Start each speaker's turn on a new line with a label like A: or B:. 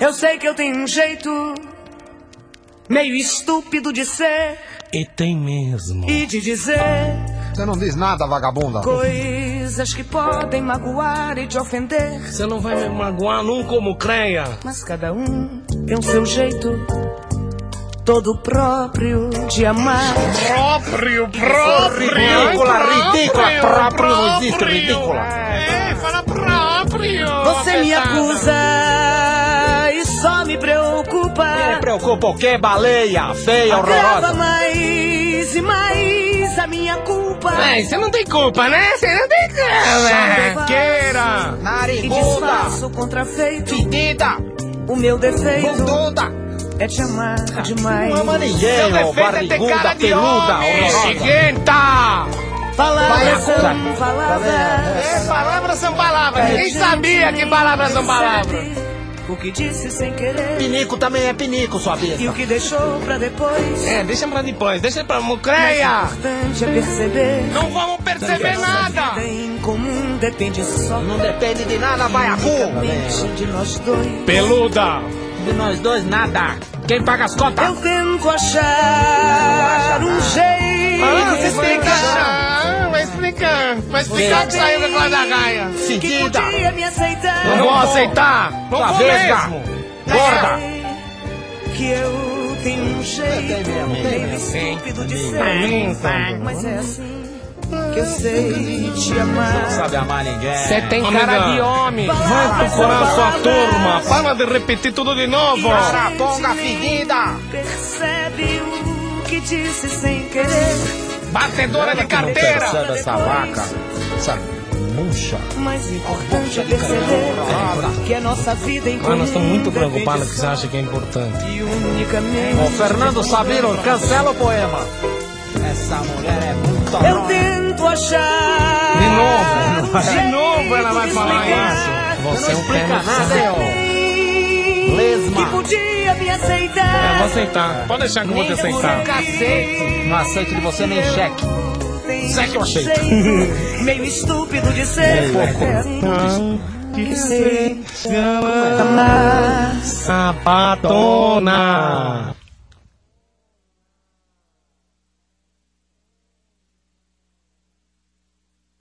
A: Eu sei que eu tenho um jeito meio estúpido de ser
B: E tem mesmo.
A: e de dizer
C: Você não diz nada, vagabunda.
A: coisas que podem magoar e te ofender.
B: Você não vai me magoar nunca como creia.
A: Mas cada um tem o seu jeito, todo próprio de amar.
B: Próprio, próprio.
C: Ridícula, ridícula, próprio, não existe, ridícula.
B: É, fala próprio. tá
A: Você me acusa e só me
C: Me
A: preocupa.
C: preocupa o quê? Baleia, feia,
A: Agrava
C: horrorosa.
A: mais e mais a minha culpa.
B: Ei, você não tem culpa, né? Você não tem culpa. Queira.
A: E
C: Nariguda,
A: desfaço o contrafeito.
C: fedida,
A: O meu defeito
C: bunduda.
A: é te amar demais.
C: Mama
B: Seu
C: ninguém, ô,
B: defeito é ter cara
C: barriguda,
B: de
C: peluda,
B: homem.
C: horrorosa.
B: Seguinte.
A: Palavras
C: Vai,
A: são
C: vai.
A: palavras.
B: É, palavras são palavras. Ninguém
A: gente
B: sabia que palavras são palavras.
A: Sabe O que disse sem querer
C: Pinico também é pinico, sua
A: e o
C: besta.
A: que deixou pra depois.
B: É, deixa pra depois, deixa pra
A: Mas o
B: mucreia.
A: importante é perceber.
B: Não vamos perceber
A: Vida
B: nada.
A: em comum depende só
C: Não depende de nada, baiacu.
A: unicamente de nós dois.
B: Peluda.
C: De nós dois, nada.
B: Quem paga as cotas?
A: Eu tento achar um
B: Ah,
A: jeito de explicar.
B: Vai explicar.
C: explicar
B: Vai explicar
C: que
B: que saiu da Clara da Gaia.
A: Que
C: Fedida,
A: podia me aceitar.
B: Não vou aceitar. Tá,
C: Sua
B: Não vou
C: vesga.
B: mesmo.
C: gorda.
A: Que eu tenho um jeito meio
B: né?
A: estúpido de ser. Mas é assim que eu sei te amar.
C: Sabe amar ninguém.
D: Você tem
B: Amiga.
D: cara de homem.
B: Vai procurar sua turma. Para de repetir tudo de novo.
C: Saraponga fedida.
A: Percebe o que disse sem querer.
B: Batedora de carteira.
C: Percebe essa vaca? Essa murcha.
A: Mas o importante é perceber que a nossa vida
C: Ah,
A: em comum
B: Mas nós estamos muito
A: depende
B: preocupados que você
A: só
B: acha que é importante.
A: E unicamente.
C: Ô, Fernando Sabino, cancela o poema. Essa mulher é muito
A: Eu tento achar.
B: De
C: é?
B: novo.
A: jeito
B: De novo ela vai
A: de
B: falar
A: explicar.
B: isso. Você é um pé
C: explica
B: no saco.
C: nada, hein, Lesma.
A: Que podia me
B: Eu
A: aceitar.
B: vou aceitar. Pode deixar que eu vou te aceitar.
C: ó. Não aceito de você nem cheque.
A: Sei que eu achei. Meio estúpido de ser. é.
B: Sapatona.